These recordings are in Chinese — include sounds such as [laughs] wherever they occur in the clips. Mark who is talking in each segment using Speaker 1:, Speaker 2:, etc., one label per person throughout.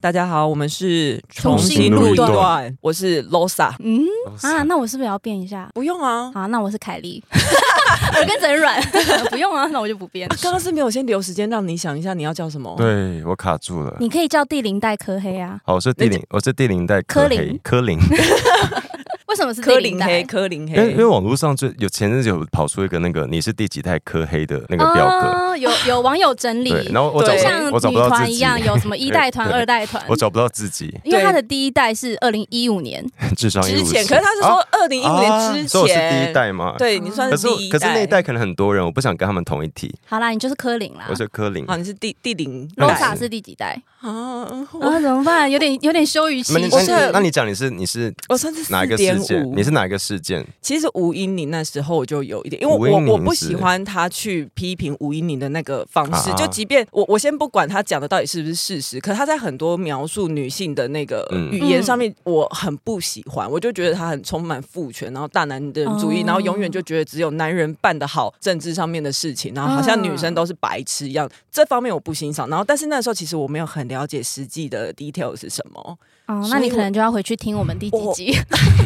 Speaker 1: 大家好，我们是
Speaker 2: 重新录一段，
Speaker 1: 我是 Losa，
Speaker 2: 嗯
Speaker 3: 啊，那我是不是要变一下？
Speaker 1: 不用啊，
Speaker 3: 好，那我是凯莉， [laughs] 耳根子很软， [laughs] 不用啊，那我就不变。
Speaker 1: 刚刚是没有先留时间让你想一下你要叫什么，
Speaker 2: 对我卡住了。
Speaker 3: 你可以叫第零代科黑啊？
Speaker 2: 好，我是第零，我是第零代
Speaker 3: 柯
Speaker 2: 柯
Speaker 3: 林
Speaker 2: 林，柯林。
Speaker 1: 哎
Speaker 3: 为什么是
Speaker 1: 柯
Speaker 3: 第
Speaker 1: 林
Speaker 3: 零
Speaker 1: 黑，
Speaker 3: 代？
Speaker 1: 柯林
Speaker 2: 因为因
Speaker 1: 黑，
Speaker 2: 为网络上最有前阵子有跑出一个那个你是第几代柯黑的那个表格，
Speaker 3: 哦，有有网友整理，
Speaker 2: 对，然后我找
Speaker 3: 就
Speaker 2: 不
Speaker 3: 像
Speaker 2: 到，我找
Speaker 3: 女
Speaker 2: 不到自
Speaker 3: 团一
Speaker 2: 己，
Speaker 3: 样，有什么一代团、
Speaker 2: [laughs] 对
Speaker 3: 二代团，
Speaker 2: 我找不到自己，
Speaker 3: 因为他的第一代是二零一五年，
Speaker 2: 智商
Speaker 1: 之
Speaker 2: 157
Speaker 1: 前，可是他是说
Speaker 2: 啊
Speaker 1: 二零一五
Speaker 2: 啊
Speaker 1: 年之
Speaker 2: 所以我是第
Speaker 1: 前，
Speaker 2: 一，代吗？。
Speaker 1: 对你算
Speaker 2: 可
Speaker 1: 是
Speaker 2: 是
Speaker 1: 第
Speaker 2: 我
Speaker 1: 一代，
Speaker 2: 可是那一代可能很多人，我不想跟他们同一题。
Speaker 3: 好啦，你就是柯林啦
Speaker 2: 我。是柯林，
Speaker 1: 啊好，你是第第零
Speaker 2: 那
Speaker 1: 代
Speaker 2: 你
Speaker 3: Rosa 是第几代？
Speaker 1: 啊，
Speaker 3: 啊，
Speaker 1: 我
Speaker 3: 怎么办？有点有点羞于启
Speaker 2: 那你
Speaker 1: 我是
Speaker 3: 齿。
Speaker 2: 那你那你讲你是你是
Speaker 1: 我算是
Speaker 2: 哪一
Speaker 1: 四
Speaker 2: 个事
Speaker 1: 点
Speaker 2: 件？
Speaker 1: 五，
Speaker 2: 你是哪一个事件？
Speaker 1: 其实吴英玲那时候我就有一点，因为
Speaker 2: 吴
Speaker 1: 我
Speaker 2: 英玲
Speaker 1: 我我不
Speaker 2: 是
Speaker 1: 喜欢他去批评吴英玲的那个方式，
Speaker 2: 啊
Speaker 1: 就即便我我先不管他讲的到底是不是事实，可他在很多描述女性的那个
Speaker 2: 嗯
Speaker 1: 语言上面，我很不喜欢，我就觉得他很充满父权，然后大男人主义，
Speaker 3: 哦
Speaker 1: 然后永远就觉得只有男人办得好政治上面的事情，然后好像女生都是白痴一样，这方面我不欣赏。然后但是那时候其实我没有很了解实际的 detail 是什么，
Speaker 3: 哦，
Speaker 1: 所
Speaker 3: 那
Speaker 1: 以
Speaker 3: 你可能就要回去听我们第几集。
Speaker 1: [laughs]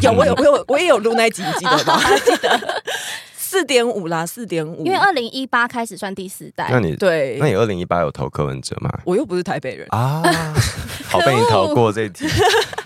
Speaker 1: 有，我有，我有，我也有录那一集，你记
Speaker 3: [laughs]
Speaker 1: 得吗？记得。 [laughs] 四点五啦，四点五。
Speaker 3: 啊因为二零一八开始算第四代
Speaker 1: 哎
Speaker 2: 那，你
Speaker 1: 对
Speaker 2: 那，你二零一八有投柯文哲吗？
Speaker 1: 我又不是台北人。
Speaker 2: 啊， [laughs] 好被你逃过这一题。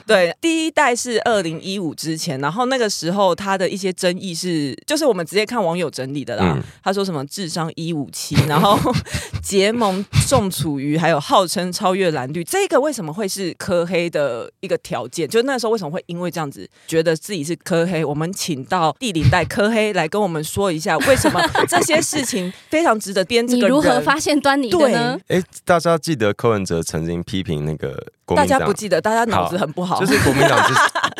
Speaker 1: 对，第一代是二零一五之前，然后那个时候他的一些争议是，就是我们直接看网友整理的啦。
Speaker 2: 嗯
Speaker 1: 他说什么智商一五七，然后 [laughs] 结盟宋楚瑜，还有号称超越蓝绿，这个为什么会是科黑的一个条件？就那时候为什么会因为这样子觉得自己是科黑？我们请到第领代科黑来跟我们说一下，为什么这些事情非常值得编这
Speaker 3: 你
Speaker 1: 个人。
Speaker 3: 如何发现端倪的呢
Speaker 1: 对？，
Speaker 2: 哎，大家记得柯文哲曾经批评那个国
Speaker 1: 大
Speaker 2: 民
Speaker 1: 家
Speaker 2: 党，
Speaker 1: 不记得，大家脑子很不好。
Speaker 2: 就是国民
Speaker 1: [laughs]
Speaker 2: 党之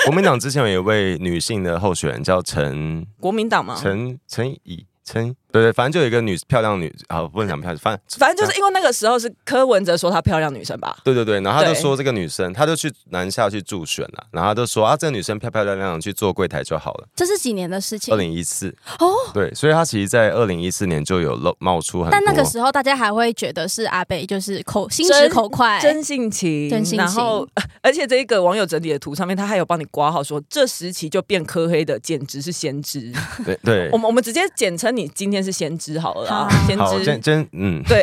Speaker 2: 国民党之前有一位女性的候选人叫陈
Speaker 1: 国民党嘛，
Speaker 2: 陈陈以陈，对对，反正就有一个女漂亮女啊，不能讲漂亮，反正
Speaker 1: 反正就是因为那个时候是柯文哲说她漂亮女生吧。
Speaker 2: 对对对，然后他就
Speaker 1: 对
Speaker 2: 说这个女生，他就去南下去助选了，然后他就说啊，这个女生漂漂亮亮去做柜台就好了。
Speaker 3: 这是几年的事情
Speaker 2: 二？零一四
Speaker 3: 哦，
Speaker 2: 对，所以他其实，在二零一四年就有露冒出很多，
Speaker 1: 啊
Speaker 3: 但那个时候大家还会觉得是阿贝，就是口心直口快，
Speaker 1: 真性情，
Speaker 3: 真性情
Speaker 1: 然后， [laughs] 呃而且这一个网友整理的图上面，他还有帮你挂号说，这时期就变科黑的，简直是先知。
Speaker 2: 对对
Speaker 1: 我，们我们直接简称你今天是先知好了啦
Speaker 3: 好啊，
Speaker 1: 先
Speaker 2: 好，今
Speaker 1: 知
Speaker 2: 天。今天嗯，
Speaker 1: 对，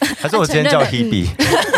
Speaker 1: [laughs]
Speaker 2: 还是我今天叫
Speaker 3: 承认了
Speaker 2: Hebe，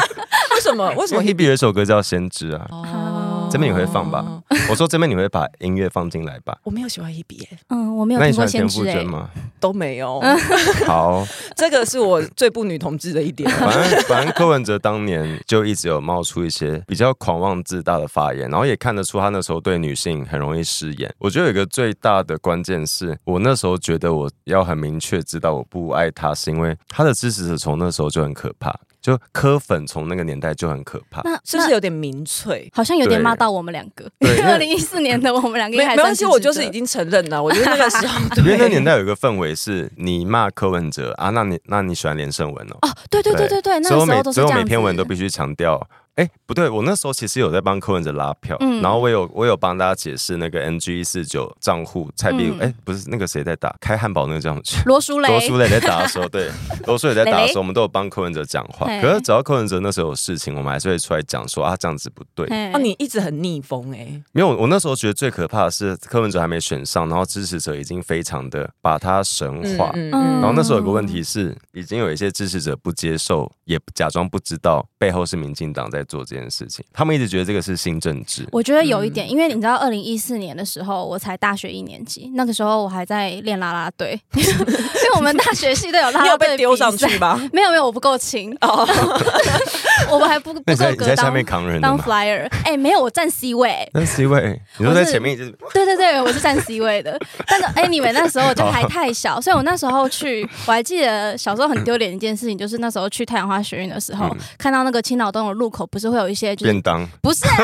Speaker 1: 为什 [laughs] 么？为什
Speaker 2: 因
Speaker 1: 么
Speaker 2: 为？Hebe 有一首歌叫《先知》啊，
Speaker 3: 哦
Speaker 2: 这边你会放吧？我说这边你会把音乐放进来吧？
Speaker 1: 我没有喜欢 Hebe，耶
Speaker 3: 嗯，我没有听
Speaker 2: 那你喜
Speaker 3: 过
Speaker 2: 欢
Speaker 3: 先
Speaker 2: 田
Speaker 3: 知
Speaker 2: 馥
Speaker 3: 哎、
Speaker 2: 甄吗？ [laughs]
Speaker 1: 都没有。
Speaker 3: 嗯
Speaker 2: 好，
Speaker 1: 这个是我最不女同志的
Speaker 3: [laughs]
Speaker 1: 一点。
Speaker 2: 反正反正柯文哲当年就一直有冒出一些比较狂妄自大的发言，然后也看得出他那时候对女性很容易失言。我觉得有一个最大的关键是我那时候觉得我要很明确知道我不爱他，是因为他的支持者从那时候就很可怕，就柯粉从那个年代就很可怕。
Speaker 3: 那
Speaker 1: 是不是
Speaker 3: 那
Speaker 1: 有点民粹？
Speaker 3: 好像有点
Speaker 2: 对
Speaker 3: 骂到我们两个？因
Speaker 2: [laughs]
Speaker 3: [laughs] 为
Speaker 2: 对因
Speaker 3: 二
Speaker 2: 为
Speaker 3: 零一四年的我们两个
Speaker 1: 没
Speaker 3: 应该还
Speaker 1: 没关
Speaker 3: 算是
Speaker 1: 系，
Speaker 3: 值得
Speaker 1: 我就是已经承认了。我觉得那个时
Speaker 3: [laughs]
Speaker 1: 候，
Speaker 2: 因为那
Speaker 1: 对
Speaker 2: 年代有一个氛围是你骂柯文哲啊，那你那你喜欢连胜文哦？
Speaker 3: 哦，对对对对对，那
Speaker 2: 所
Speaker 3: 个
Speaker 2: 以我
Speaker 3: 时
Speaker 2: 每
Speaker 3: 候都是
Speaker 2: 所以
Speaker 3: 这
Speaker 2: 我
Speaker 3: 样
Speaker 2: 每
Speaker 3: 子
Speaker 2: 篇文都必须强调，哎，不对，我那时候其实有在帮柯文哲拉票，
Speaker 3: 嗯
Speaker 2: 然后我有我有帮大家解释那个 NG 四九账户蔡壁如，
Speaker 3: 嗯
Speaker 2: 哎、不是那个谁在打开汉堡那个叫
Speaker 3: [laughs]
Speaker 2: 什么去？
Speaker 3: 罗淑
Speaker 2: 罗
Speaker 3: 蕾
Speaker 2: 淑蕾在打的时候，对，罗淑蕾
Speaker 3: [laughs]
Speaker 2: 在打的
Speaker 3: 蕾蕾
Speaker 2: 时候，我们都有帮柯文哲讲话。
Speaker 3: 嘿
Speaker 2: 可是只要柯文哲那时候有事情，我们还是会出来讲说啊，这样子不对。
Speaker 3: 嘿
Speaker 1: 哦，你一直很逆风哎，
Speaker 2: 没有，我那时候觉得最可怕的是柯文哲还没选上，然后支持者已经非常的把他神化。
Speaker 3: 嗯
Speaker 2: 然后那时候有个问题是，已经有一些支持者不接受，也假装不知道背后是民进党在做这件事情，他们一直觉得这个是新政治。
Speaker 3: 我觉得有一点，
Speaker 1: 嗯
Speaker 3: 因为你知道，二零一四年的时候，我才大学一年级，那个时候我还在练啦啦队， [laughs] 因为我们大学系都
Speaker 1: [laughs]
Speaker 3: 有啦
Speaker 1: 你
Speaker 3: 啦
Speaker 1: 有
Speaker 3: 队
Speaker 1: 被丢上
Speaker 3: 比赛
Speaker 1: 去 [laughs] 吧？
Speaker 3: 没有没有，我不够轻，
Speaker 1: 哦，
Speaker 3: [laughs] 我们还不不够
Speaker 2: 那你在你
Speaker 3: 格
Speaker 2: 在下
Speaker 3: 当
Speaker 2: 面扛人的
Speaker 3: 当
Speaker 2: [laughs] 吗？
Speaker 3: flyer。哎、没有，我站 C 位。
Speaker 2: 那 C 位，你说
Speaker 3: 我
Speaker 2: 在
Speaker 3: 是
Speaker 2: 前面一直
Speaker 3: 对对对，我是站 C 位的。但是哎，你们那时候就还太小，所以我那时候去，我还记得小时候很丢脸一件事情，就是那时候去太阳花学院的时
Speaker 2: 嗯
Speaker 3: 候，看到那个青岛东的路口，不是会有一些就是
Speaker 2: 便当，
Speaker 3: 不是啊，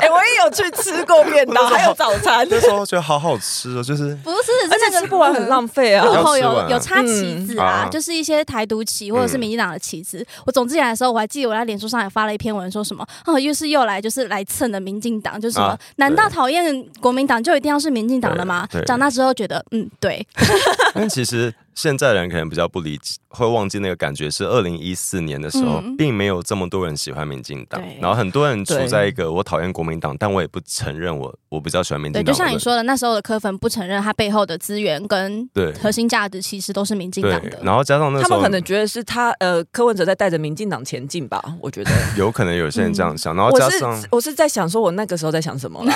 Speaker 1: 哎，我也有去吃过便
Speaker 3: [laughs]
Speaker 1: 当，还有早餐，
Speaker 2: 那时候觉得好好吃哦，就是
Speaker 3: 不是，是
Speaker 1: [laughs] 而
Speaker 3: 那
Speaker 1: 且
Speaker 3: 个
Speaker 1: 吃不完很浪费啊。
Speaker 3: 路口
Speaker 2: 要吃完
Speaker 3: 有
Speaker 2: 啊
Speaker 3: 有插旗子啊，
Speaker 2: 嗯
Speaker 3: 就是一些台独旗或者是民进党的旗子。我总之来的时候，我还记得我在脸书上也发了一篇文，说什么哦，又是又来就是来蹭的民进党，就是什么、
Speaker 2: 啊
Speaker 3: 难道讨厌国民党就一定要是民进党的吗
Speaker 2: 对对？
Speaker 3: 长大之后觉得，嗯，对，
Speaker 2: [laughs] 但其实现在人可能比较不理解，会忘记那个感觉是二零一四年的时候，
Speaker 3: 嗯
Speaker 2: 并没有这么多人喜欢民进党
Speaker 3: 对，
Speaker 2: 然后很多人处
Speaker 1: 对
Speaker 2: 在一个我讨厌国民党，但我也不承认我我比较喜欢民
Speaker 3: 对，
Speaker 2: 进
Speaker 3: 就
Speaker 2: 党。
Speaker 3: 像你
Speaker 2: 我
Speaker 3: 说的，那时候的柯粉不承认他背后的资源跟
Speaker 2: 对
Speaker 3: 核心价值其实都是民进党
Speaker 2: 对，
Speaker 3: 的。
Speaker 2: 然后加上那时
Speaker 1: 他
Speaker 2: 候
Speaker 1: 们可能觉得是他呃，柯文哲在带着民进党前进吧，我觉得。
Speaker 3: [laughs]
Speaker 2: 有可能有些人这样
Speaker 3: 嗯
Speaker 2: 想，然后
Speaker 1: 我
Speaker 2: 加
Speaker 1: 是
Speaker 2: 上
Speaker 1: 我是在想说，我那个时候在想什
Speaker 2: [laughs]
Speaker 1: 么啦？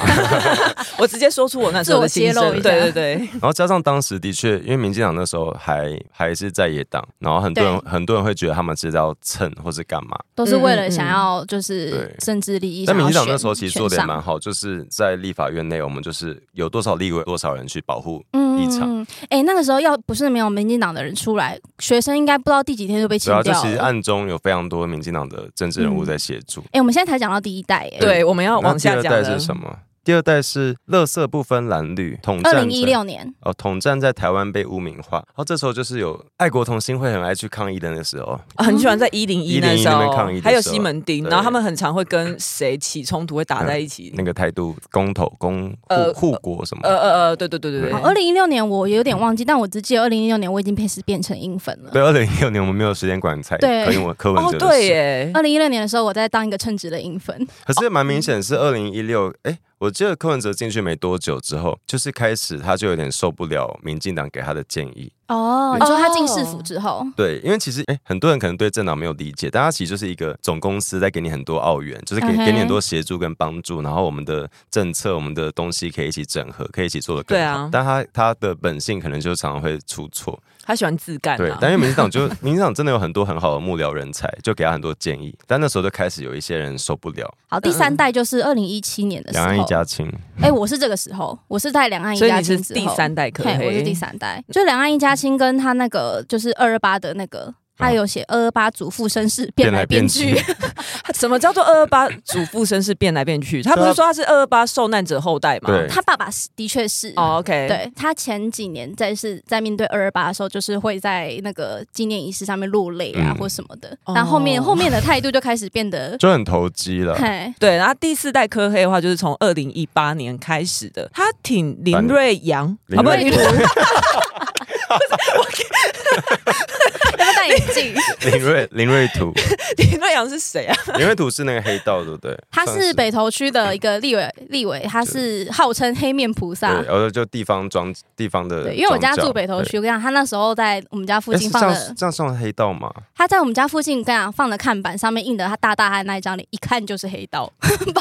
Speaker 1: 我直接说出我那时候的心
Speaker 3: 自我揭露
Speaker 1: 声。
Speaker 3: 一下
Speaker 1: 对对对，
Speaker 2: 然后加上当时的确，因为民进党那时候还还是在野党，然后很多人很多人会觉得他们是要蹭或是干嘛。
Speaker 3: 都是为
Speaker 1: 嗯嗯
Speaker 3: 了
Speaker 1: 嗯
Speaker 3: 想要就
Speaker 2: 对
Speaker 3: 是政治利益。
Speaker 2: 但民进党
Speaker 3: 想要
Speaker 2: 那时候其实
Speaker 3: 选
Speaker 2: 做的也
Speaker 3: 选上
Speaker 2: 蛮好，就是在立法院内，我们就是有多少立委，多少人去保护。
Speaker 3: 嗯
Speaker 2: 异常
Speaker 3: 嗯，哎、那个时候要不是没有民进党的人出来，学生应该不知道第几天就被清
Speaker 2: 对啊，就
Speaker 3: 掉
Speaker 2: 其实
Speaker 3: 了。哎、嗯
Speaker 2: 暗中有非常多民进党的政治人物在协助。
Speaker 3: 哎我们现在才讲到第一代、耶。
Speaker 1: 对，我们要
Speaker 2: 那
Speaker 1: 往
Speaker 2: 第
Speaker 1: 下
Speaker 2: 二
Speaker 1: 讲
Speaker 2: 代
Speaker 1: 了
Speaker 2: 是。什么？第二代是垃圾不分蓝绿，统
Speaker 3: 二
Speaker 2: 战
Speaker 3: 零一
Speaker 2: 在
Speaker 3: 六年，
Speaker 2: 哦，统战在台湾被污名化，然后这时候就是有爱国同心会很爱去抗议的那时候，
Speaker 1: 啊很喜欢在一零一那时
Speaker 2: 101那
Speaker 1: 候
Speaker 2: 边抗议的时候
Speaker 1: 还有西门町，
Speaker 2: 对嗯
Speaker 1: 然后他们很常会跟谁起冲突，会打在一起。
Speaker 2: 那个台独公投公
Speaker 1: 呃
Speaker 2: 护护国什么的
Speaker 1: 呃呃呃，对对对对
Speaker 2: 对
Speaker 1: 对，
Speaker 3: 哦二零一六年我有点忘记，但我只记得二零一六年我已经开始变成英粉了。
Speaker 2: [laughs] 对，二零一六年我们没有时间管蔡
Speaker 3: 对
Speaker 2: 柯文柯文
Speaker 1: 哦
Speaker 2: 哲的事，
Speaker 1: 对耶，
Speaker 3: 二零一六年的时候，我在当一个称职的英粉，
Speaker 2: 可是蛮明显是二零一六，哎，我记得柯文哲进去没多久之后，就是开始他就有点受不了民进党给他的建议，
Speaker 3: 哦你说他进市府之后，
Speaker 2: 对，因为其实哎，很多人可能对政党没有理解，但它其实就是一个总公司在给你很多澳元，就是
Speaker 1: 嗯
Speaker 2: 给
Speaker 3: OK
Speaker 2: 给你很多协助跟帮助，然后我们的政策、我们的东西可以一起整合，可以一起做的更
Speaker 1: 对
Speaker 2: 好。
Speaker 1: 啊
Speaker 2: 但它它的本性可能就常常会出错，
Speaker 1: 他喜欢自干
Speaker 2: 对
Speaker 1: 啊。。
Speaker 2: 但因为民进党就民进党真的有很多很好的幕僚人才，就给他很多建议，但那时候就开始有一些人受不了，
Speaker 3: 好，第三代就是二零一七年的时
Speaker 2: 两岸一
Speaker 3: 候。
Speaker 2: 家亲。
Speaker 3: 哎、我是这个时候，我是在两岸一
Speaker 1: 所以
Speaker 3: 家
Speaker 1: 你是
Speaker 3: 亲之后，
Speaker 1: 第三代可
Speaker 3: 嘿，我是第
Speaker 1: 黑，
Speaker 3: 三代，就两岸一家亲跟他那个就是二二八的那个，他有写二二八祖父身世变来变去
Speaker 2: 变，
Speaker 1: 他什么叫做二二八祖父身世变来变去？他不是说他是二二八受难者后代吗？
Speaker 2: 啊对
Speaker 3: 他爸爸是的确是。
Speaker 1: 哦，OK，，
Speaker 3: 对他前几年在是在面对二二八的时候，就是会在那个纪念仪式上面落泪啊，
Speaker 2: 嗯
Speaker 3: 或什么的。
Speaker 1: 哦
Speaker 3: 但后面、后面的态度就开始变得，
Speaker 2: 就很投机
Speaker 3: [laughs]
Speaker 2: 了，
Speaker 3: 嘿，
Speaker 1: 对，然后第四代科黑的话，就是从二零一八年开始的，他挺林瑞阳，
Speaker 2: 林
Speaker 1: 啊不是
Speaker 2: 瑞
Speaker 1: 林瑞
Speaker 3: 要不要戴眼
Speaker 2: [laughs]
Speaker 3: 镜？
Speaker 2: 林瑞林瑞图，
Speaker 1: 林 [laughs] 瑞阳是谁啊？
Speaker 2: 林瑞图是那个黑道，对不对？
Speaker 3: 他
Speaker 2: 算
Speaker 3: 是北投区的一个立委，立委他是号称黑面菩
Speaker 2: 对，
Speaker 3: 萨。
Speaker 2: 然后就地方庄地方的庄脚，
Speaker 3: 对，因为我家住北投
Speaker 2: 对
Speaker 3: 区，我跟你讲，他那时候在我们家附
Speaker 2: 诶
Speaker 3: 近
Speaker 2: 是
Speaker 3: 放
Speaker 2: 这样
Speaker 3: 的，
Speaker 2: 这样算黑道吗？
Speaker 3: 他在我们家附近跟你讲放的看板上面印的他大大汉那一张脸，一看就是黑道。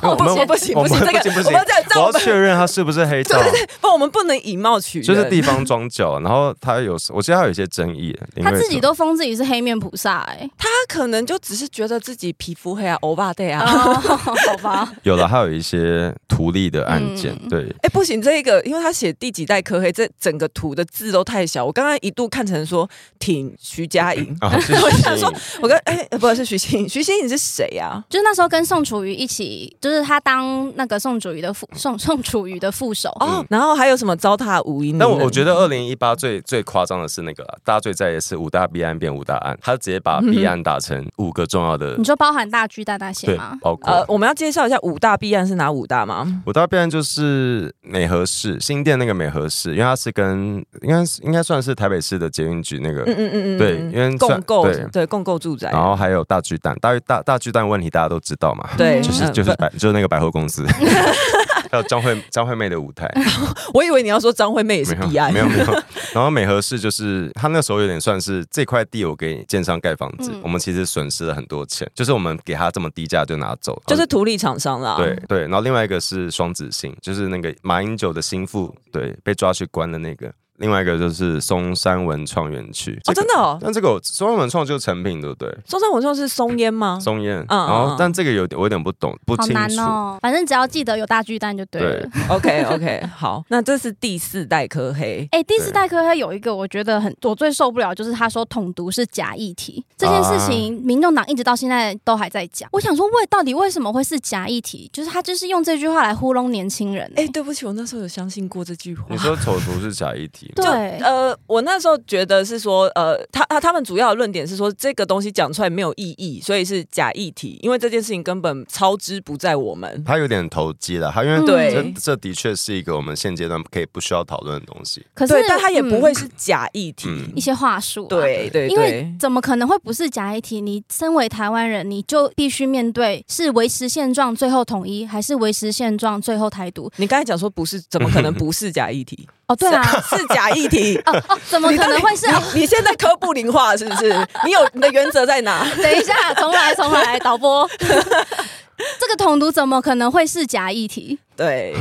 Speaker 3: 哦
Speaker 2: 我
Speaker 1: 不
Speaker 2: 们
Speaker 1: 行不行
Speaker 2: 我
Speaker 1: 不
Speaker 2: 们
Speaker 1: 行，这个
Speaker 2: 不行
Speaker 1: 我
Speaker 2: 不行
Speaker 1: 们要讲，
Speaker 2: 我
Speaker 1: 照
Speaker 2: 要
Speaker 1: 我们
Speaker 2: 确认他是不是黑道，
Speaker 1: 不，我们不能以貌取人，
Speaker 2: 就是地方庄脚。然后他有，我记得他有一些争议，林
Speaker 3: 他
Speaker 2: 瑞
Speaker 3: 自己
Speaker 2: 图
Speaker 3: 都封自己是黑面菩萨、哎，
Speaker 1: 他可能就只是觉得自己皮肤黑啊，欧巴对啊。
Speaker 3: 哦，好吧，
Speaker 2: 有了，还有一些图利的案件，
Speaker 3: 嗯
Speaker 2: 对，
Speaker 1: [laughs] 哎、不行，这个因为他写第几代科黑，这整个图的字都太小，我刚刚一度看成说挺徐佳
Speaker 2: [laughs]
Speaker 1: 莹，
Speaker 2: 然后哦就是
Speaker 1: 我想说我跟 [laughs] 哎、不是徐欣，徐欣你是谁啊呀、
Speaker 3: [laughs] 就是那时候跟宋楚瑜一起，就是他当那个宋楚瑜的副宋宋楚瑜的副手。
Speaker 1: 哦，然后还有什么糟蹋无音？
Speaker 2: 嗯但我我
Speaker 1: 得
Speaker 2: 觉得二零一八最最夸张的是那个啦，大家最在意的是五大弊案变五大案，他直接
Speaker 1: 嗯
Speaker 2: 把弊案打成五个重要的
Speaker 3: 你，说包含大巨蛋那些
Speaker 2: 对
Speaker 3: 吗，？
Speaker 2: 包
Speaker 1: 呃
Speaker 2: 括，
Speaker 1: 我们要介绍一下五大弊案是哪五大吗？
Speaker 2: 五大弊案就是美和市新店那个美和市，因为它是跟应该是应该算是台北市的捷运局那个
Speaker 1: 嗯嗯嗯嗯，
Speaker 2: 对
Speaker 1: 嗯
Speaker 2: 因为
Speaker 1: 共
Speaker 2: 算
Speaker 1: 购
Speaker 2: 对
Speaker 1: 对共购住宅，
Speaker 2: 然后还有大巨蛋，大大大巨蛋问题大家都知道嘛，
Speaker 1: 对，
Speaker 2: 就是
Speaker 1: 嗯
Speaker 2: 就是
Speaker 1: 不 [laughs]
Speaker 2: 百就是那个百货公司，还有张惠张惠妹的舞台，
Speaker 1: 我以为你要说张惠妹也是
Speaker 2: 没有
Speaker 1: B I，
Speaker 2: 没有没有。然后美和市就是他那时候有点算是这块地我给建商盖房子，
Speaker 3: 嗯
Speaker 2: 我们其实损失了很多钱，就是我们给他这么低价就拿走，
Speaker 1: [laughs] 就是啊土力厂商啦。哦
Speaker 2: 对对，然后另外一个是双子星，就是那个马英九的心腹，对，被抓去关的那个。另外一个就是松山文创园区
Speaker 1: 哦，真的哦，
Speaker 2: 但这个我松山文创就是成品，对不对？
Speaker 1: 松山文创是松烟吗？
Speaker 2: 松烟，
Speaker 1: 嗯
Speaker 2: 然后
Speaker 1: 嗯
Speaker 2: 但这个有点我有点不懂，不
Speaker 3: 好
Speaker 2: 清
Speaker 3: 难
Speaker 2: 楚。
Speaker 3: 哦。反正只要记得有大巨蛋就对了
Speaker 2: 对。
Speaker 1: OK OK，好，那这是第四代科黑。
Speaker 3: 哎、第四代科黑有一个我觉得很我最受不了，就是他说统独是假议题这件事情，
Speaker 2: 啊
Speaker 3: 民众党一直到现在都还在讲。我想说，为到底为什么会是假议题？就是他就是用这句话来糊弄年轻人、
Speaker 1: 哎、
Speaker 3: 哎，，
Speaker 1: 对不起，我那时候有相信过这句话
Speaker 2: 你。说丑图是假议题
Speaker 3: 对，
Speaker 1: 呃，我那时候觉得是说，呃，他他他们主要的论点是说，这个东西讲出来没有意义，所以是假议题，因为这件事情根本操之不在我们。
Speaker 2: 他有点投机了，他因为
Speaker 3: 嗯
Speaker 2: 这
Speaker 1: 对，
Speaker 2: 这的确是一个我们现阶段可以不需要讨论的东西。
Speaker 3: 可是
Speaker 1: 对，但他也不会
Speaker 3: 嗯
Speaker 1: 是假议题。
Speaker 2: 嗯
Speaker 3: 一些话术、啊，
Speaker 1: 对对
Speaker 3: 因为
Speaker 1: 对，
Speaker 3: 怎么可能会不是假议题？你身为台湾人，你就必须面对是维持现状最后统一，还是维持现状最后台独？
Speaker 1: 你刚才讲说不是，怎么可能不是假议 [laughs] 题？
Speaker 3: 哦，对啊，
Speaker 1: 是是假议题。
Speaker 3: 哦哦，怎么
Speaker 1: 你
Speaker 3: 可
Speaker 1: 到底
Speaker 3: 能会
Speaker 2: [laughs]
Speaker 3: 是？哦
Speaker 1: 你你现在科布林化是不是？你有你的原则在哪？
Speaker 3: 等一下，重来，重来，导播，这个统独怎么可能会是假议题？
Speaker 1: 对，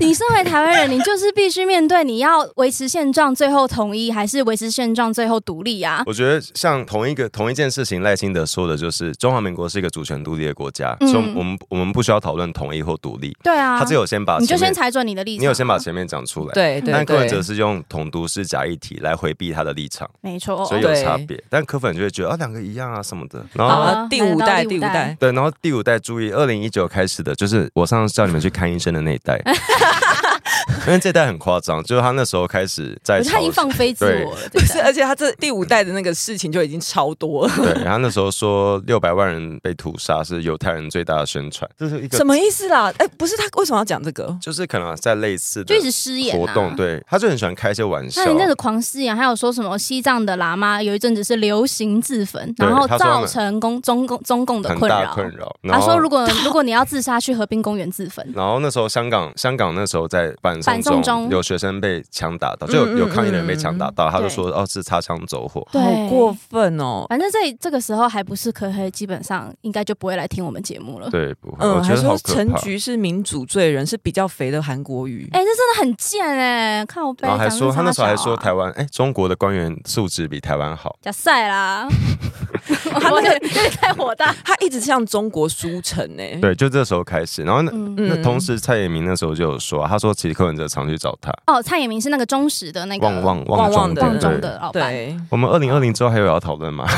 Speaker 3: 你身为台湾人，你就是必须面对你要维持现状最后统一，还是维持现状最后独立啊？
Speaker 2: 我觉得像同一个同一件事情，赖清德说的就是中华民国是一个主权独立的国家，
Speaker 3: 嗯
Speaker 2: 所以我们我们不需要讨论统一或独立。
Speaker 3: 对啊，
Speaker 2: 他只有先把
Speaker 3: 你就
Speaker 2: 前面
Speaker 3: 先踩准你的立场，
Speaker 2: 你有先把前面讲出来，
Speaker 1: 对对
Speaker 2: 但柯文
Speaker 1: 对
Speaker 2: 哲是用统独是假议题来回避他的立场，
Speaker 3: 没错，哦
Speaker 2: 所以有
Speaker 1: 对
Speaker 2: 差别。但柯粉就会觉得啊，两个一样啊什么的。然后
Speaker 3: 好
Speaker 1: 啊，第五代，第五代，
Speaker 2: 对，然后第五代注意，二零一九开始的，就是我上次叫你们去看医生的那一
Speaker 3: [laughs]
Speaker 2: 代，因为这代很夸张，就是他那时候开始在
Speaker 3: 我觉得他已经
Speaker 2: 嘲
Speaker 3: 放飞自我了，
Speaker 1: 不
Speaker 3: 对
Speaker 2: [laughs]
Speaker 1: 是，而且他这第五代的那个事情就已经超多了，
Speaker 2: 对，然后那时候说六百万人被屠杀是犹太人最大的宣传，这是一个
Speaker 1: 什么意思啦？哎，不是他为什么要讲这个？
Speaker 2: 就是可能在类似的
Speaker 3: 就一直失言、啊、
Speaker 2: 活动，。对，他就很喜欢开一些玩笑
Speaker 3: 那。你那个狂撕言，还有说什么西藏的喇嘛有一阵子是流行自焚，
Speaker 2: 对
Speaker 3: 然后
Speaker 2: 他说他
Speaker 3: 造
Speaker 2: 们
Speaker 3: 成公中共中共的
Speaker 2: 很
Speaker 3: 困
Speaker 2: 大
Speaker 3: 扰。
Speaker 2: 困扰。然
Speaker 3: 他
Speaker 2: 后
Speaker 3: 说如果如果你要自杀，去河滨公园自
Speaker 2: [laughs]
Speaker 3: 焚。
Speaker 2: 然后那时候香港，香港那时候在反
Speaker 3: 反
Speaker 2: 送
Speaker 3: 送中
Speaker 2: 有学生被枪打到，就有
Speaker 1: 嗯嗯
Speaker 2: 有抗议的人被枪打到，他就
Speaker 3: 对
Speaker 2: 说哦是擦枪走火。
Speaker 3: 对
Speaker 1: 好过分哦！
Speaker 3: 反正这这个时候还不是科黑，基本上应该就不会来听我们节目了。
Speaker 2: 对，不会，哎我
Speaker 3: 哦
Speaker 1: 嗯，
Speaker 2: 觉
Speaker 1: 还
Speaker 2: 得好
Speaker 1: 说
Speaker 2: 可
Speaker 1: 陈
Speaker 2: 怕。
Speaker 1: 菊是民主罪人，是比较肥的韩国瑜。
Speaker 3: 哎、这真的很贱哎、看我背。
Speaker 2: 然后还说他那时候还
Speaker 3: 讲
Speaker 2: 说
Speaker 3: 得傻小啊
Speaker 2: 台湾，哎，中国的官员素质比台湾好。
Speaker 3: 假赛啦， [laughs] 他
Speaker 2: [laughs]
Speaker 3: 那个有点太火大。
Speaker 1: 他一直向中国哎输诚呢。
Speaker 2: 对，就这时候开始，然后那、
Speaker 3: 嗯
Speaker 2: [laughs] 那同时蔡衍明那时候就有说啊、他说其实柯文哲常去找他，
Speaker 3: 哦，蔡衍明是那个忠实的那个
Speaker 2: 旺旺
Speaker 1: 旺
Speaker 2: 中
Speaker 1: 旺的
Speaker 2: 对
Speaker 3: 旺中的老板。
Speaker 1: 对，
Speaker 2: 我们二零二零之后还有要讨论吗？ [laughs]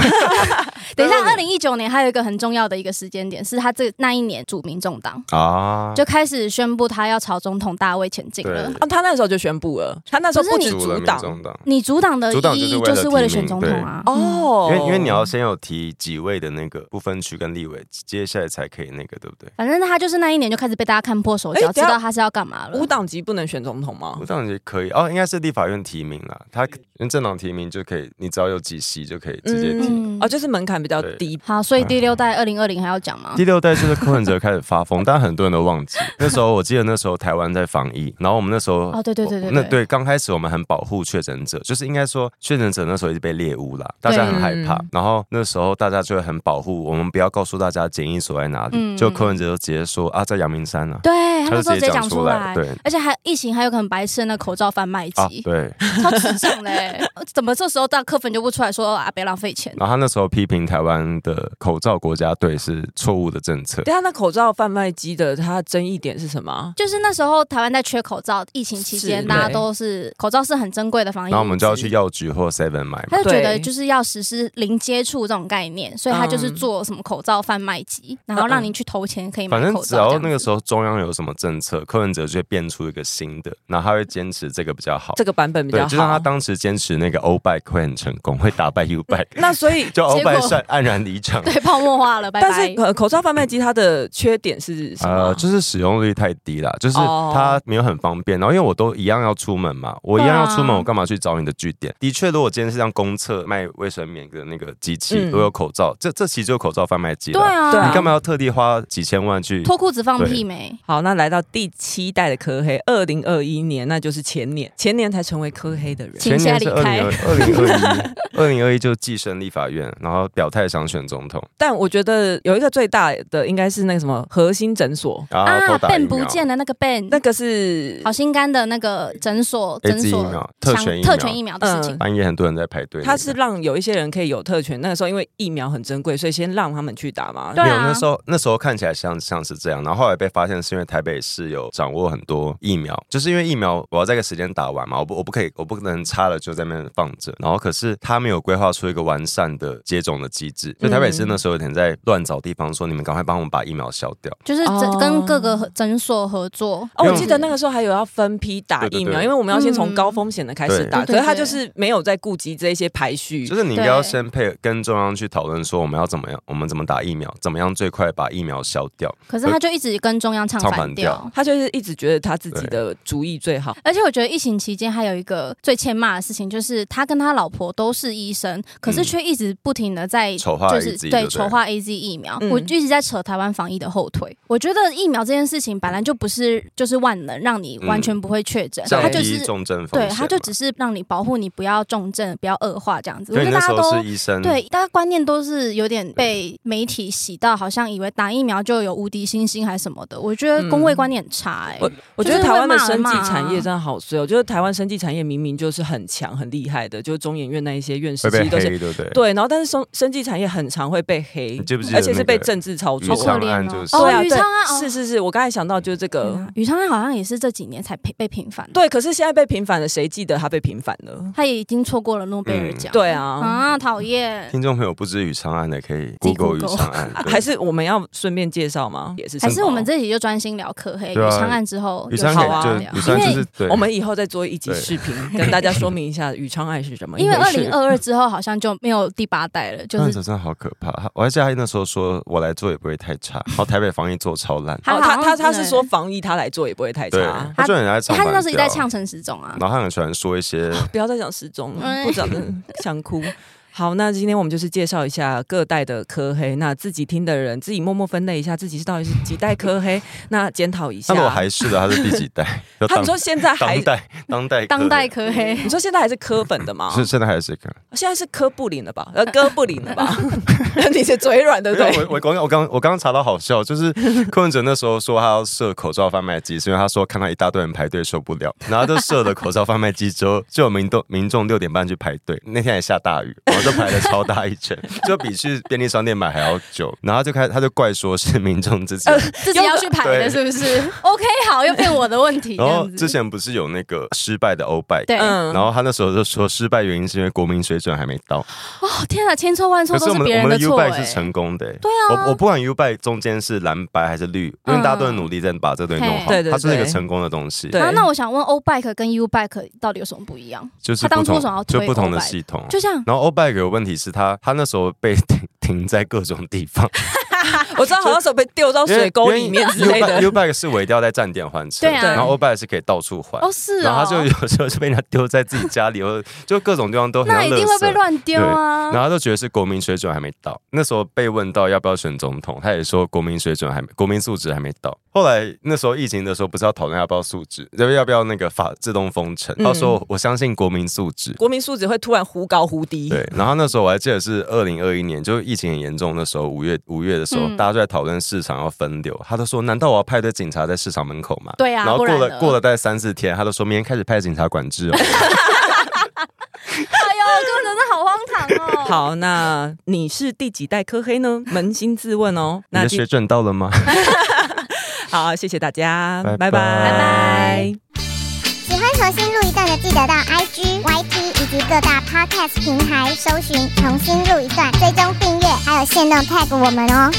Speaker 3: 等一下，二零一九年还有一个很重要的一个时间点，是他这那一年主民众党
Speaker 2: 啊，
Speaker 3: 就开始宣布他要朝总统大位前进
Speaker 2: 对
Speaker 3: 了。，
Speaker 1: 啊，他那时候就宣布了，他那时候不止
Speaker 2: 组
Speaker 1: 阻
Speaker 2: 了民
Speaker 1: 挡
Speaker 2: 众党。
Speaker 3: 你阻挡的
Speaker 2: 阻挡
Speaker 3: 意义就是为了选总统啊。哦，
Speaker 1: 哦
Speaker 2: 因，为因为你要先有提几位的那个不分区跟立委，接下来才可以那个，对不对？
Speaker 3: 反正他就是那一年就开始被大家看破手脚，
Speaker 1: 哎
Speaker 3: 知
Speaker 1: 等一下
Speaker 3: 道他是要干嘛了
Speaker 1: 无。党籍不能选总统吗
Speaker 2: 我？这样也可以哦，应该是立法院提名啦，他因为政党提名就可以，你只要有几席就可以直接提。
Speaker 3: 嗯
Speaker 1: 哦，，就是门槛比较
Speaker 2: 对
Speaker 1: 低。
Speaker 3: 好，所以第六代二零二零还要讲吗
Speaker 2: 第？六代就是柯文哲开始发疯，但很多人都忘记。那时候我记得那时候台湾在防疫，然后我们那时候
Speaker 3: 哦对对对对
Speaker 2: 那
Speaker 3: 对
Speaker 2: 对刚开始我们很保护确诊者，就是应该说确诊者那时候一直被猎物啦，大家很害怕
Speaker 1: 嗯。
Speaker 2: 然后那时候大家就会很保护，我们不要告诉大家检疫所在哪
Speaker 3: 嗯
Speaker 2: 里。就柯文哲就直接说啊，在阳明山啊，
Speaker 3: 对，他那时候直接
Speaker 2: 他就直接
Speaker 3: 讲
Speaker 2: 讲
Speaker 3: 出
Speaker 2: 出来
Speaker 3: 来，
Speaker 2: 对
Speaker 3: 而且还疫情还有个很白痴的那口罩贩卖
Speaker 2: 啊
Speaker 3: 机，
Speaker 2: 对。
Speaker 3: 超智障嘞！欸 [laughs] 怎么这时候大柯粉就不出来说啊，别浪费钱？
Speaker 2: 然后他那时候批评台湾的口罩国家队是错误的政策。
Speaker 1: 对他那口罩贩卖机的，它争议点是什么啊？
Speaker 3: 就是那时候台湾在缺口罩，疫情期间
Speaker 1: 是
Speaker 3: 大家
Speaker 1: 对
Speaker 3: 都是口罩是很珍贵的防疫，
Speaker 2: 然后我们就要去。药局或 Seven 买嘛
Speaker 3: 他就觉得
Speaker 1: 对
Speaker 3: 就是要实施零接触这种概念，所以他就是
Speaker 1: 嗯
Speaker 3: 做什么口罩贩卖机，然后让你去投钱可以买
Speaker 2: 嗯反正
Speaker 3: 口
Speaker 2: 只
Speaker 3: 罩这样子。
Speaker 2: 要那个时候中央有什么政策，柯文哲就会变出一个新的，然后他会坚持这个比较好。
Speaker 1: 这个版本比
Speaker 2: 对
Speaker 1: 较，好。
Speaker 2: 就像他当时坚持那个 O back 会很成功，会打败 U
Speaker 3: [laughs]
Speaker 2: back，
Speaker 1: 那所以，
Speaker 2: [laughs] 就 O
Speaker 3: 结果
Speaker 2: back 算黯然离场。
Speaker 3: 对，泡沫化了，拜拜。
Speaker 1: 但是呃，口罩贩卖机它的缺点是什么？
Speaker 2: 呃，就是使用率太低了，就是
Speaker 1: 哦
Speaker 2: 它没有很方便。然后因为我都一样要出门嘛，我一样要出门，
Speaker 3: 对啊
Speaker 2: 我干嘛去找你的据点？的确，如果今天是像公厕卖卫生棉的那个机器，
Speaker 1: 嗯
Speaker 2: 如果有口罩，这这其实就是口罩贩卖机
Speaker 3: 对
Speaker 2: 了。
Speaker 3: 啊，
Speaker 1: 对啊
Speaker 2: 你干嘛要特地花几千万去？
Speaker 3: 脱裤子放屁没？
Speaker 1: 好，那来到第七代的科黑，二零二一年，那就是前年，前年才成为科黑的人。
Speaker 3: 请
Speaker 2: 前年是
Speaker 3: 先
Speaker 2: 二
Speaker 3: 离开
Speaker 2: 零二二零二
Speaker 3: [laughs]
Speaker 2: 一，二零二一就寄生立法院，然后表态想选总统，
Speaker 1: 但我觉得有一个最大的应该是那个什么核心诊所，
Speaker 2: 然后
Speaker 3: 啊
Speaker 2: 偷打疫
Speaker 3: ，Ben 不
Speaker 2: 苗。
Speaker 3: 见的那个 Ben，
Speaker 1: 那个是
Speaker 3: 好心肝的那个诊所
Speaker 2: A
Speaker 3: 诊
Speaker 2: Z 疫
Speaker 3: 所
Speaker 2: 苗特
Speaker 3: 强
Speaker 2: 权疫
Speaker 3: 特
Speaker 2: 苗，
Speaker 3: 权疫苗的事情
Speaker 1: 嗯。
Speaker 2: 半夜很多人在排队那个。
Speaker 1: 它是让有一些人可以有特权。那个时候因为疫苗很珍贵，所以先让他们去打嘛。
Speaker 3: 对啊
Speaker 2: 没有，那时候那时候看起来像像是这样，然后后来被发现是因为台北市有掌握很多疫苗，就是因为疫苗我要在一个时间打完嘛，我不我不可以我不能插了就在那边放着，然后可是他没有规划出一个完善的接种的机制，所以台北市
Speaker 3: 嗯
Speaker 2: 那时候有点在乱找地方说你们赶快帮我们把疫苗消掉，
Speaker 3: 就是诊
Speaker 1: 哦
Speaker 3: 跟各个合诊所合作，
Speaker 1: 哦，
Speaker 2: 因为
Speaker 1: 我记得那个时候还有要分批打
Speaker 2: 对对
Speaker 1: 疫苗，
Speaker 2: 对
Speaker 1: 因为我们要先从
Speaker 3: 嗯
Speaker 1: 高风险的开始打，
Speaker 3: 对
Speaker 1: 可
Speaker 3: 对
Speaker 1: 是他
Speaker 3: 对
Speaker 1: 就是没有在顾及这些排序
Speaker 2: 就。是你应该要
Speaker 3: 对
Speaker 2: 先配跟中央去讨论说我们要怎么样，我们怎么打疫苗，怎么样最快把疫苗消掉。
Speaker 3: 可是他就一直跟中央唱
Speaker 2: 唱
Speaker 3: 反
Speaker 2: 反调
Speaker 3: 调。
Speaker 1: 他就是一直觉得他自己的主意最好，
Speaker 3: 而且我觉得疫情期间还有一个最欠骂的事情，就是他跟他老婆都是医生，可是却一直不停的在
Speaker 2: 嗯丑化
Speaker 3: 就
Speaker 2: AZ
Speaker 3: 是
Speaker 2: 对
Speaker 3: 对
Speaker 2: 不对
Speaker 3: 丑化 A Z 疫苗，
Speaker 1: 嗯
Speaker 3: 我就一直在扯台湾防疫的后腿。我觉得疫苗这件事情本来就不是就是万能，让你完全不会确诊，
Speaker 2: 降
Speaker 3: 它就
Speaker 2: 低
Speaker 3: 是
Speaker 2: 重症风
Speaker 3: 对，
Speaker 2: 险嘛，
Speaker 3: 它就只是让你保护你不要重症，不要恶化这样子。我
Speaker 2: 因为
Speaker 3: 觉
Speaker 2: 你
Speaker 3: 得
Speaker 2: 那
Speaker 3: 大
Speaker 2: 时
Speaker 3: 家
Speaker 2: 候
Speaker 3: 都
Speaker 2: 是医生，
Speaker 3: 对，大家观念都是有点被媒体洗到，好像以为打疫苗就有无敌星星还是什么的。我觉得工位观念很差哎、
Speaker 1: 我我觉
Speaker 3: 就
Speaker 1: 得
Speaker 3: 是
Speaker 1: 台湾的
Speaker 3: 会骂人
Speaker 1: 生技
Speaker 3: 嘛
Speaker 1: 产业真的好衰哦。就是台湾生技产业明明就是很强很厉害的，就是中研院那一些院士
Speaker 2: 会
Speaker 1: 其
Speaker 2: 被
Speaker 1: 实都是
Speaker 2: 黑，对不对？
Speaker 1: 对，然后但是生生技产业很常会被黑
Speaker 2: 你，记不记得
Speaker 1: 而且是被
Speaker 2: 那个
Speaker 1: 政治操
Speaker 2: 宇
Speaker 1: 作。
Speaker 3: 可
Speaker 2: 昌
Speaker 3: 怜
Speaker 2: 案
Speaker 3: 哦
Speaker 2: 就是。
Speaker 1: 对啊，
Speaker 3: 宇
Speaker 1: 对
Speaker 3: 昌啊哦
Speaker 1: 是是是，我刚才想到就是这
Speaker 3: 天
Speaker 1: 个，
Speaker 3: 啊，宇昌安好像也是这几年才被被平反，，
Speaker 1: 对，可是现在被平反了，谁记得他被平反了？
Speaker 3: 他也已经错过了诺贝尔奖、
Speaker 1: 对啊，
Speaker 3: 啊，讨厌。
Speaker 2: 听众朋友不知宇昌案的，可以
Speaker 3: 自己
Speaker 2: Google 哎宇
Speaker 3: Google
Speaker 2: 昌案，对
Speaker 1: 还是我们要顺便介绍吗？也是什
Speaker 3: 还
Speaker 1: 么，
Speaker 3: 是我们这集就专心聊科黑宇
Speaker 2: 对啊
Speaker 3: 昌案之后，
Speaker 2: 宇昌
Speaker 1: 好
Speaker 2: 可
Speaker 1: 啊
Speaker 2: 以
Speaker 3: 聊
Speaker 2: 就宇昌就
Speaker 3: 因为
Speaker 2: 是对，
Speaker 1: 我们以后再做一集
Speaker 2: 对
Speaker 1: 视频，跟大家说明一下宇昌爱是什哦么一
Speaker 3: [laughs] 因
Speaker 1: 回
Speaker 3: 为
Speaker 1: 事。
Speaker 3: 二零二二之后好像就没有第八代了，就
Speaker 2: 那
Speaker 3: 是，
Speaker 2: 真的好可怕。我还记得他那时候说，我来做也不会太差，然后台北防疫做超烂
Speaker 3: [laughs]
Speaker 1: 哦，他
Speaker 3: 好
Speaker 1: 他
Speaker 3: 像
Speaker 1: 他是
Speaker 3: 对
Speaker 1: 说防疫他来做也不会太
Speaker 2: 对
Speaker 1: 差，，
Speaker 2: 他就很爱
Speaker 3: 啊
Speaker 2: 唱
Speaker 3: 他
Speaker 2: 反调，
Speaker 3: 那时候一直在呛陈时中啊，
Speaker 2: 然后他很喜欢说
Speaker 3: [laughs]
Speaker 2: 一些，
Speaker 1: 不要再讲失踪了，
Speaker 3: 嗯
Speaker 1: 不讲了， [laughs] 想哭。好，那今天我们就是介绍一下各代的科黑，那自己听的人自己默默分类一下自己是到底是几代科黑，那检讨一下
Speaker 2: 那。我还是的，他是第几
Speaker 3: [laughs]
Speaker 2: 代？就
Speaker 1: 他
Speaker 2: 当
Speaker 1: 你说现在还
Speaker 2: 当，代当代
Speaker 3: 当代
Speaker 2: 科
Speaker 3: 科黑。
Speaker 1: 你说现在还是科粉的吗？
Speaker 2: 是现在还是科？
Speaker 1: 现在是科布林了吧？呃，哥布林了吧？ [laughs] 你是嘴软
Speaker 3: 呃
Speaker 1: 对不
Speaker 2: 因为
Speaker 1: 对？
Speaker 2: 我我刚我刚我刚刚查到好笑，就是 [laughs] 柯文哲那时候说他要设口罩贩卖机，是因为他说看到一大堆人排队受不了，然后他就设了口罩贩卖机之后，就有民众民众六点半去排队，那天还下大雨，然后就排了超大一圈，就比去便利商店买还要久，然后他就开他就怪说是民众自
Speaker 1: 呃
Speaker 3: [laughs]
Speaker 2: 己。
Speaker 3: 自己要去排的，
Speaker 2: 对
Speaker 3: 是不是？OK，好，又变我的问题。这
Speaker 2: [laughs] 然后
Speaker 3: 样
Speaker 2: 之
Speaker 3: 子，
Speaker 2: 前不是有那个失败的欧拜，
Speaker 3: 对，哦
Speaker 1: 嗯
Speaker 2: 然后他那时候就说失败原因是因为国民水准还没到，
Speaker 3: 天啊，千错万错
Speaker 2: 可是
Speaker 3: 都
Speaker 2: 我们
Speaker 3: 别
Speaker 2: 我
Speaker 3: 人
Speaker 2: 们的 U
Speaker 3: 错
Speaker 2: b
Speaker 3: 哎
Speaker 2: 是。成功的、欸，
Speaker 3: 对啊，
Speaker 2: 我我不管 U 拜中间是蓝白还是绿，因为大家都很努力在把这东西弄好，
Speaker 3: 嗯
Speaker 1: 对对对
Speaker 2: 它就是一个成功的东西，
Speaker 1: 对
Speaker 3: 然后啊那我想问，O bike 跟 U bike 到底有什么不一样？
Speaker 2: 就是
Speaker 3: 他当
Speaker 2: 不
Speaker 3: 初
Speaker 2: 同
Speaker 3: 为什么要推
Speaker 2: 就不同的
Speaker 3: O-bike？
Speaker 2: 系统。
Speaker 3: 就像
Speaker 2: 然后 O bike 有问题是它，它那时候被 [laughs] 停停在各种地方，
Speaker 3: 哦
Speaker 1: 我知道好像是有被丢到水沟里面之类的。
Speaker 2: U bike 是我一定要在站点还车，
Speaker 3: 对啊
Speaker 2: 然后 O bike 是可以到处还，
Speaker 3: 哦是
Speaker 2: 然后它就
Speaker 3: 哦，
Speaker 2: 有时候就被人家丢在自己家里，或者就各种地方都很像
Speaker 3: 那一定会被
Speaker 2: 垃圾
Speaker 3: 乱丢啊
Speaker 2: 然。后他就觉得是国民水准还没到。那时候被问到要不要选总统，他也说国民水准还没，国民素质还没到。后来那时候疫情的时候，不是要讨论要不要素质，要不要不要那个法自动封城？
Speaker 1: 嗯
Speaker 2: 他说我相信国民素质。
Speaker 1: 国民素质会突然忽高忽低。
Speaker 2: 对，然后那时候我还记得是二零二一年，就是疫情很严重的时候，五月五月的时候，
Speaker 3: 嗯
Speaker 2: 大家就在讨论市场要分流。他就说，难道我要派对警察在市场门口吗？
Speaker 3: 对啊
Speaker 2: 然后
Speaker 3: 不
Speaker 2: 过
Speaker 3: 然
Speaker 2: 了
Speaker 3: 呢
Speaker 2: 过了大概三四天，他就说明天开始派警察管
Speaker 3: [laughs]
Speaker 2: 制哦。
Speaker 3: 哎呦，真的是好荒唐哦。，
Speaker 2: [laughs]
Speaker 1: 好，那你是第几代科黑呢？扪心自问哦。
Speaker 2: 你
Speaker 1: 那
Speaker 2: 的
Speaker 1: 今
Speaker 2: 水准到了吗？
Speaker 1: 好，谢谢大家，
Speaker 2: 拜
Speaker 1: 拜拜，
Speaker 2: 拜拜
Speaker 3: 拜。
Speaker 4: 喜欢重新录一段的，记得到 IG、YT 以及各大 Podcast 平台搜寻“重新录一段”，追踪订阅，还有限定 tag 我们哦。